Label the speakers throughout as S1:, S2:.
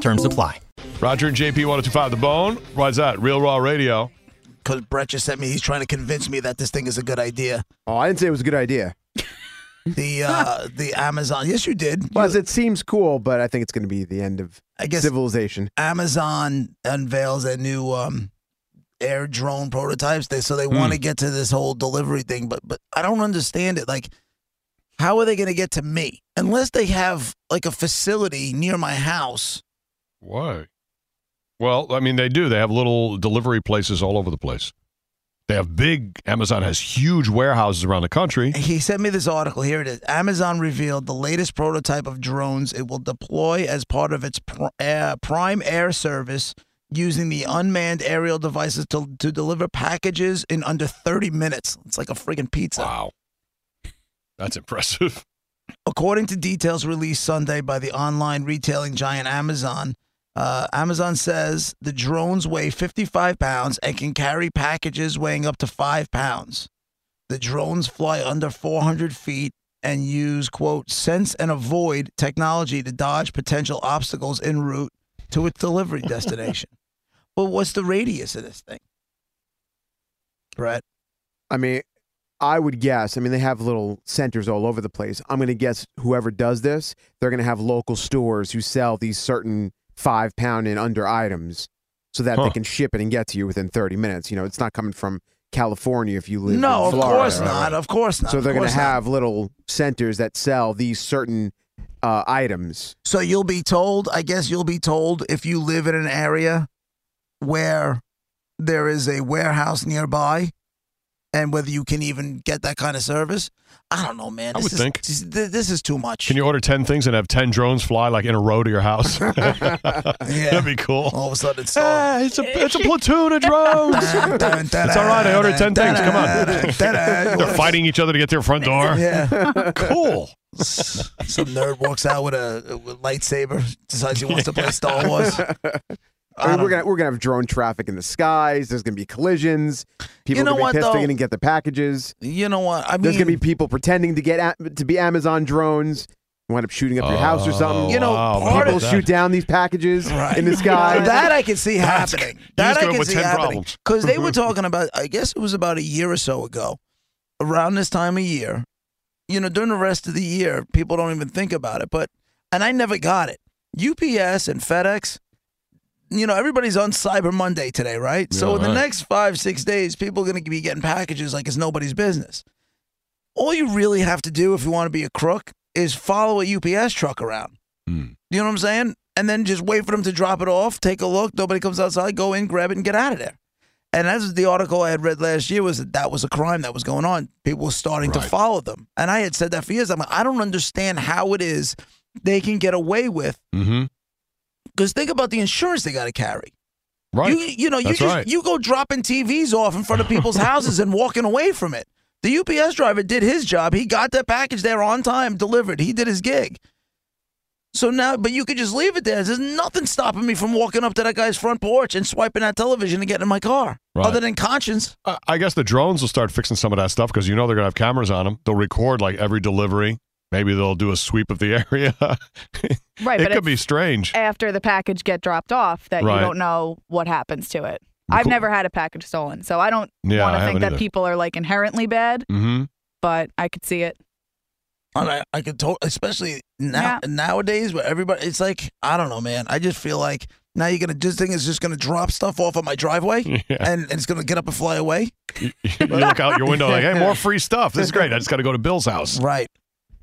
S1: Terms apply.
S2: Roger and JP 1025 The Bone. Why's that? Real Raw Radio.
S3: Because Brett just sent me, he's trying to convince me that this thing is a good idea.
S4: Oh, I didn't say it was a good idea.
S3: The uh, the Amazon, yes, you did.
S4: Well, as it seems cool, but I think it's going to be the end of
S3: I guess-
S4: civilization.
S3: Amazon unveils their new um, air drone prototypes. They so they want to get to this whole delivery thing, but but I don't understand it. Like, how are they going to get to me unless they have like a facility near my house?
S2: Why? Well, I mean, they do. They have little delivery places all over the place. They have big, Amazon has huge warehouses around the country.
S3: He sent me this article. Here it is. Amazon revealed the latest prototype of drones it will deploy as part of its pr- uh, Prime Air service, using the unmanned aerial devices to, to deliver packages in under 30 minutes. It's like a friggin' pizza.
S2: Wow. That's impressive.
S3: According to details released Sunday by the online retailing giant Amazon, uh, Amazon says the drones weigh 55 pounds and can carry packages weighing up to five pounds. The drones fly under 400 feet and use, quote, sense and avoid technology to dodge potential obstacles en route to its delivery destination. but what's the radius of this thing? Brett.
S4: I mean, I would guess. I mean, they have little centers all over the place. I'm going to guess whoever does this, they're going to have local stores who sell these certain five pound and under items, so that
S2: Huh.
S4: they can ship it and get to you within 30 minutes. You know, it's not coming from California if you live.
S3: No,
S4: in
S3: of
S4: Florida.
S3: course not. Of course not.
S4: So they're
S3: going to
S4: have little centers that sell these certain uh, items.
S3: So you'll be told, I guess you'll be told if you live in an area where there is a warehouse nearby and whether you can even get that kind of service. I don't know, man.
S2: I
S3: This
S2: would
S3: is,
S2: think.
S3: This, th- this is too much.
S2: Can you order 10 things and have 10 drones fly like in a row to your house?
S3: Uh, yeah.
S2: That'd be cool.
S3: All of a sudden it's all.
S2: Ah, it's, a, it's a platoon of drones.
S3: it's all right.
S2: right, I ordered 10 things, come on. They're
S3: They're
S2: fighting each other to get to your front door.
S3: Yeah.
S2: Cool.
S3: Some nerd walks out with a with lightsaber, decides he wants to play Star Wars.
S4: I mean,
S3: don't
S4: we're gonna we're gonna have drone traffic in the skies. There's gonna be collisions. People
S3: know
S4: are gonna be
S3: what,
S4: pissed
S3: though?
S4: they're gonna get the packages.
S3: You know what? I mean,
S4: There's gonna be people pretending to get a- to be Amazon drones. Wind up shooting up your house or something.
S3: You know,
S2: wow,
S3: Oh. part
S2: people
S4: people
S3: of
S2: that-
S4: shoot down these packages
S3: Right.
S4: in the sky.
S3: That I can see
S2: That's-
S3: happening.
S2: you
S3: That
S2: just
S3: I
S2: came up
S3: can
S2: with
S3: see
S2: 10
S3: happening. Mm-hmm.
S2: problems.
S3: Because they were talking about, I guess it was about a year or so ago, around this time of year. You know, during the rest of the year, people don't even think about it. But, and I never got it. UPS and FedEx, you know, everybody's on Cyber Monday today, right? so
S2: Yeah,
S3: in the
S2: right.
S3: next five, six days, people are going to be getting packages like it's nobody's business. All you really have to do if you want to be a crook is follow a UPS truck around. You know what I'm saying? And then just wait for them to drop it off, take a look. Nobody comes outside, go in, grab it, and get out of there. And that's the article I had read last year was that that was a crime that was going on. People were starting to
S2: Right.
S3: follow them. And I had said that for years. I'm like, I don't understand how it is they can get away with.
S2: Mm-hmm.
S3: Because think about the insurance they got to carry.
S2: Right.
S3: You, you know, you
S2: That's
S3: just
S2: right.
S3: you go dropping TVs off in front of people's houses and walking away from it. The UPS driver did his job. He got that package there on time, delivered. He did his gig. So now, but you could just leave it there. There's nothing stopping me from walking up to that guy's front porch and swiping that television and getting in my car,
S2: Right.
S3: other than conscience.
S2: I- I guess the drones will start fixing some of that stuff because you know they're gonna have cameras on them. They'll record like every delivery. Maybe they'll do a sweep of the area.
S5: Right,
S2: it
S5: but
S2: could
S5: it's
S2: be strange.
S5: after the package get dropped off that
S2: Right.
S5: you don't know what happens to it. I've
S2: Cool.
S5: never had a package stolen, so I don't
S2: Yeah,
S5: want
S2: I
S5: to
S2: haven't
S5: think that
S2: either.
S5: people are like inherently bad,
S2: Mm-hmm.
S5: but I could see it.
S3: And I, I could totally, especially now nowadays where everybody, it's like I don't know, man. I just feel like now you're gonna this thing is just gonna drop stuff off on my driveway and, and it's gonna get up and fly away.
S2: you look out your window like, hey, more free stuff. This is great. I just got to go to Bill's house.
S3: Right.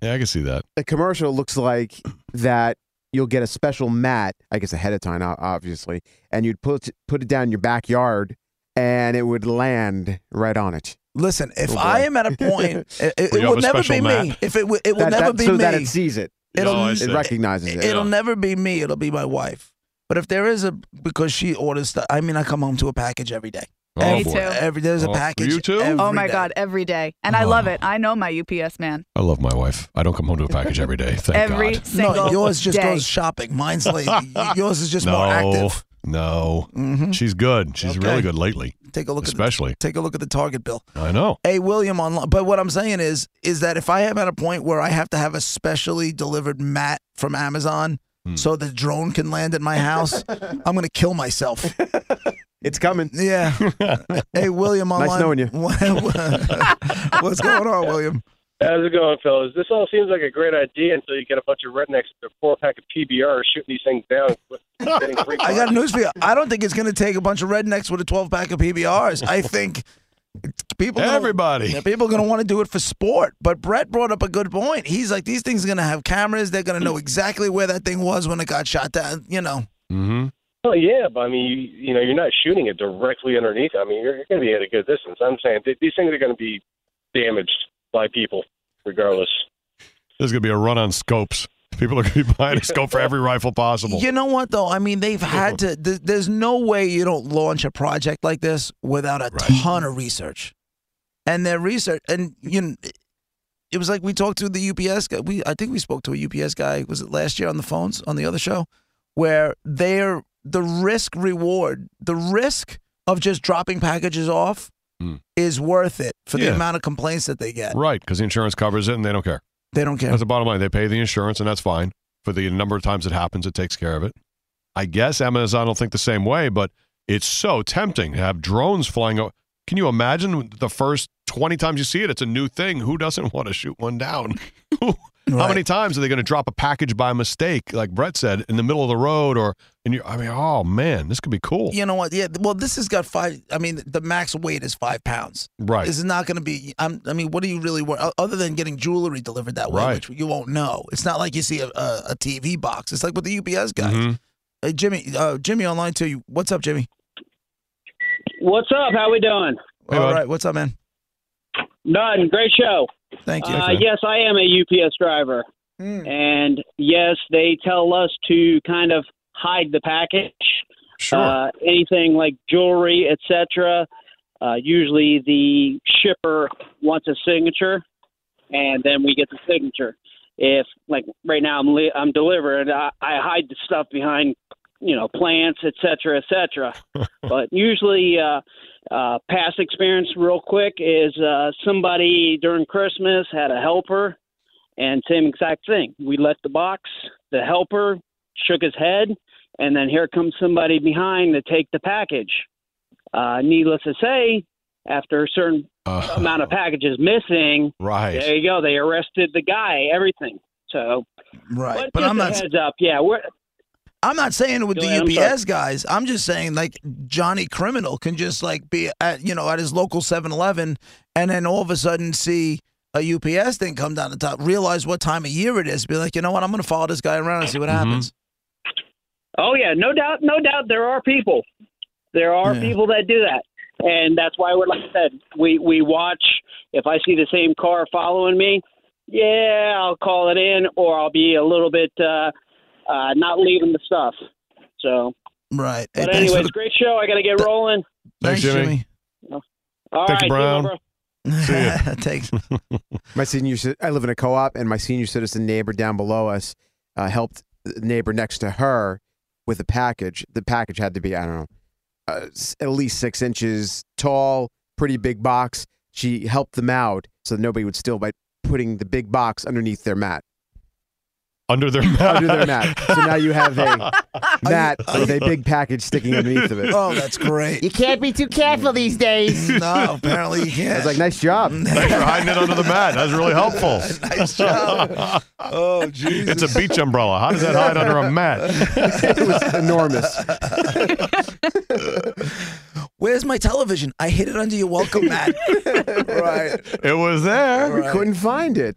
S2: Yeah, I can see that.
S4: the commercial looks like that you'll get a special mat, I guess ahead of time, o- obviously, and you'd put put it down in your backyard, and it would land right on it.
S3: Listen, if
S4: Oh, boy.
S3: I am at a point, it, it,
S2: We
S3: it
S2: have
S3: will
S2: a
S3: never
S2: special
S3: be me.
S2: map.
S3: If it w- it will
S4: That-
S3: never
S4: that-
S3: be
S4: so
S3: me.
S4: that it sees it,
S3: It'll-
S2: Oh, I see.
S4: it recognizes it.
S3: It'll never be me. It'll be my wife. But if there is a because she orders stuff, I mean, I come home to a package every day.
S2: Oh,
S5: Me
S2: boy.
S5: too.
S3: Every there's a
S2: Oh,
S3: package.
S2: you too?
S3: every
S5: oh my
S3: day.
S5: god, every day, and I love it. I know my UPS man.
S2: I love my wife. I don't come home to a package every day. Thank
S5: every
S2: God.
S5: single
S3: no, yours just
S5: day.
S3: goes shopping. Mine's like yours is just
S2: no,
S3: more active.
S2: no.
S3: hmm
S2: She's good. She's
S3: Okay.
S2: really good lately,
S3: Take a look at
S2: especially.
S3: the, take a look at the Target bill.
S2: I know.
S3: Hey, William online. But what I'm saying is, is that if I am at a point where I have to have a specially delivered mat from Amazon
S2: Hmm.
S3: so the drone can land at my house, I'm gonna kill myself.
S4: It's coming.
S3: Yeah. hey, William online.
S4: Nice knowing you.
S3: What's going on, William?
S6: How's it going, fellas? This all seems like a great idea until you get a bunch of rednecks with a four pack of PBR shooting these things down. with- getting free
S3: I got
S6: parking.
S3: news for you. I don't think it's gonna take a bunch of rednecks with a 12 pack of PBRs. I think people. gonna-
S2: Everybody.
S3: Yeah, people are going to want to do it for sport. But Brett brought up a good point. He's like, these things are going to have cameras. They're going to know exactly where that thing was when it got shot down. You know,
S2: Mm-hmm.
S6: Well, Oh, yeah, but I mean, you, you know, you're not shooting it directly underneath. I mean, you're, you're going to be at a good distance. I'm saying th- these things are going to be damaged by people, regardless.
S2: There's going to be a run on scopes. People are going to be buying a scope for every rifle possible.
S3: you know what though? I mean, they've had to. Th- there's no way you don't launch a project like this without a
S2: Right.
S3: ton of research, and their research. And you, know, it was like we talked to the UPS guy. We I think we spoke to a UPS guy. Was it last year on the phones on the other show, where they're the risk reward, the risk of just dropping packages off.
S2: Mm.
S3: Is worth it for the
S2: Yeah.
S3: amount of complaints that they get.
S2: Right, because the insurance covers it and they don't care.
S3: They don't care.
S2: That's the bottom line. They pay the insurance, and that's fine. For the number of times it happens, it takes care of it. I guess Amazon will think the same way, but it's so tempting to have drones flying over. Can you imagine the first 20 times you see it? It's a new thing. Who doesn't want to shoot one down? How
S3: Right.
S2: many times are they going to drop a package by mistake, like Brett said, in the middle of the road? Or, and you, I mean, oh man, this could be cool.
S3: You know what? Yeah. Well, this has got five. I mean, the max weight is five pounds.
S2: Right.
S3: This is not going to be. I'm, I mean, what do you really wear o- other than getting jewelry delivered that way,
S2: Right.
S3: which you won't know? It's not like you see a, a, a TV box. It's like with the UPS guys.
S2: Mhm.
S3: Hey, Jimmy, uh, Jimmy online too. You- What's up, Jimmy?
S7: What's up? How we doing?
S2: Hey,
S3: All
S2: bud.
S3: right, what's up, man?
S7: None. Great show.
S3: Thank you.
S7: Uh, yes, I am a UPS driver,
S3: Mm.
S7: and yes, they tell us to kind of hide the package,
S2: Sure.
S7: uh, anything like jewelry, etc. Uh, usually, the shipper wants a signature, and then we get the signature. If like right now I'm li- I'm delivering, I, I hide the stuff behind you know plants, etc., etc. but usually. Uh, uh, past experience real quick is uh, somebody during Christmas had a helper, and same exact thing. We left the box. The helper shook his head, and then here comes somebody behind to take the package. Uh, needless to say, after a certain
S2: Uh,
S7: amount of packages missing,
S2: Right.
S7: there you go. They arrested the guy. Everything. So,
S3: Right,
S7: but,
S3: but
S7: just
S3: I'm
S7: a
S3: not.
S7: heads up. Yeah, we're
S3: I'm not saying it with
S7: Go
S3: the
S7: ahead, I'm
S3: UPS guys. I'm just saying like Johnny Criminal can just like be at you know at his local 7-Eleven and then all of a sudden see a UPS thing come down the top, realize what time of year it is, be like, you know what, I'm gonna follow this guy around and see what
S2: Mhm.
S3: happens.
S7: Oh yeah, no doubt, no doubt. There are people, there are
S3: Yeah.
S7: people that do that, and that's why we're like I said, we we watch. If I see the same car following me, yeah, I'll call it in, or I'll be a little bit uh, uh, not leaving the stuff. So,
S3: Right. Hey,
S7: but
S3: thanks for
S7: anyways,
S3: the-
S7: great show. I got to get rolling.
S2: Thanks, Jimmy.
S7: All right,
S2: Thank you,
S7: see
S2: Brown.
S7: bro.
S2: See
S3: Thanks.
S4: My senior, ci- I live in a co-op, and my senior citizen neighbor down below us uh, helped the neighbor next to her with a package. The package had to be, I don't know, uh, s- at least six inches tall, pretty big box. She helped them out so that nobody would steal by putting the big box underneath their mat,
S2: Under their mat.
S4: under their mat. So now you have a mat
S3: Are you-
S4: with a big package sticking underneath of it.
S3: Oh, that's great.
S8: You can't be too careful these days.
S3: no, apparently you can't.
S4: I was like, nice job.
S2: Thanks for hiding it under the mat. That's really helpful.
S3: nice job. Oh,
S2: It's
S3: Jesus.
S2: a beach umbrella. How does that hide under a mat?
S4: it was enormous.
S3: Where's my television? I hid it under your welcome mat. right.
S2: It was there.
S4: We couldn't find it.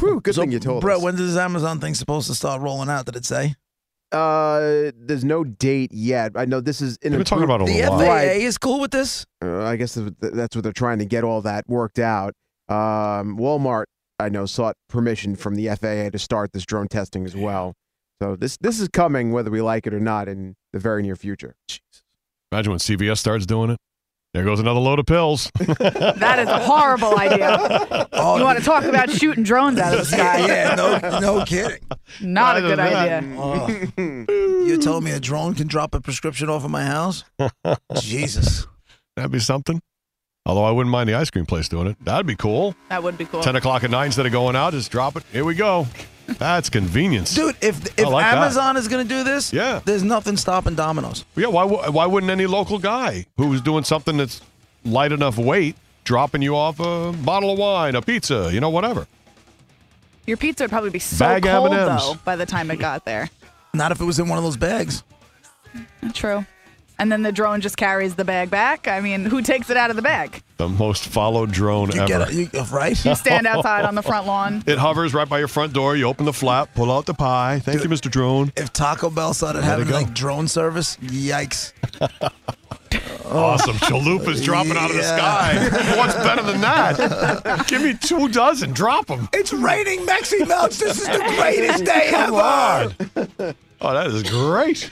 S4: Whew, good
S3: So,
S4: thing you told
S3: Brett,
S4: us.
S3: when does this Amazon thing supposed to start rolling out? Did it say?
S4: Uh, there's no date yet. I know this is in
S2: We've been talking about it
S3: The
S2: a
S3: FAA
S2: lot.
S4: Right.
S3: is cool with this?
S4: Uh, I guess th- th- that's what they're trying to get all that worked out. Um, Walmart, I know, sought permission from the FAA to start this drone testing as well. So this this is coming whether we like it or not in the very near future.
S2: Imagine when CVS starts doing it. There goes another load of pills.
S5: That is a horrible idea.
S3: Oh,
S5: You want to talk about shooting drones out of the
S3: yeah,
S5: sky?
S3: yeah, no, no kidding.
S5: Not a
S2: Either
S5: good
S2: that-
S5: idea.
S3: Oh, you telling me a drone can drop a prescription off of my house? Jesus.
S2: That'd be something. Although I wouldn't mind the ice cream place doing it. That'd be cool.
S5: That would be cool.
S2: 10 o'clock at night instead of going out, just drop it. Here we go. That's convenience.
S3: Dude, if if
S2: like that.
S3: Amazon is is going to do this,
S2: Yeah.
S3: there's nothing stopping Domino's.
S2: Yeah, why, wou- why wouldn't any local guy who's doing something that's light enough weight dropping you off a bottle of wine, a pizza, you know, whatever?
S5: Your pizza would probably be so
S2: Bag
S5: cold
S2: M&Ms.
S5: though by the time it got there.
S3: Not if it was in one of those bags.
S5: True. And then the drone just carries the bag back. I mean, who takes it out of the bag?
S2: The most followed drone
S3: You
S2: ever.
S3: get you, right?
S5: You stand outside on the front lawn.
S2: It hovers right by your front door. You open the flap, pull out the pie. Thank you, Mr. Drone.
S3: If Taco Bell started
S2: Let it
S3: having
S2: go.
S3: like drone service, yikes.
S2: Awesome. Chalupas dropping out of the
S3: Yeah.
S2: sky. What's better than that? Give me two dozen. Drop them.
S3: It's raining Mexi Melts. This is the greatest day ever.
S2: Oh, that is great.